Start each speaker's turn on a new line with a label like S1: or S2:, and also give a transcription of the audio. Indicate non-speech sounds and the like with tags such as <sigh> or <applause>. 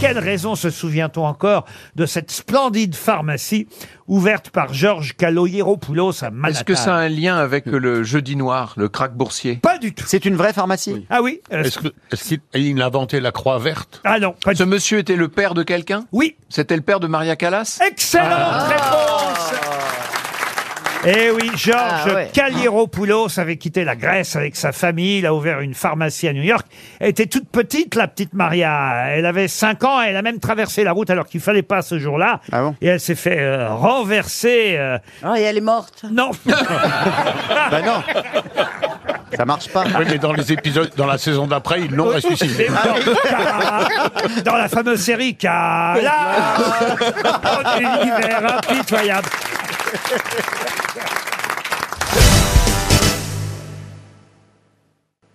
S1: quelle raison se souvient-on encore de cette splendide pharmacie ouverte par Georges Kaloyeropoulos à Manhattan
S2: Est-ce que ça a un lien avec le jeudi noir, le crack boursier
S1: Pas du tout.
S3: C'est une vraie pharmacie
S1: Ah oui euh,
S4: Est-ce que- est-ce qu'il il a inventé la croix verte
S1: Ah non, pas du
S2: Ce
S1: tout.
S2: monsieur était le père de quelqu'un
S1: Oui,
S2: C'était le père de Maria Callas
S1: excellente réponse eh oui, Georges
S5: Ah ouais.
S1: Kaliropoulos avait quitté la Grèce avec sa famille, il a ouvert une pharmacie à New York. Elle était toute petite, la petite Maria. Elle avait 5 ans, elle a même traversé la route alors qu'il fallait pas ce jour-là.
S3: Ah bon
S1: Et elle s'est fait euh, renverser. euh,
S5: Ah, et elle est morte.
S1: Non,
S3: Bah
S5: <laughs>
S3: non Ça marche pas.
S4: Oui, mais dans les épisodes, dans la saison d'après, ils l'ont ressuscité.
S1: dans, dans la fameuse série Kala, un univers impitoyable.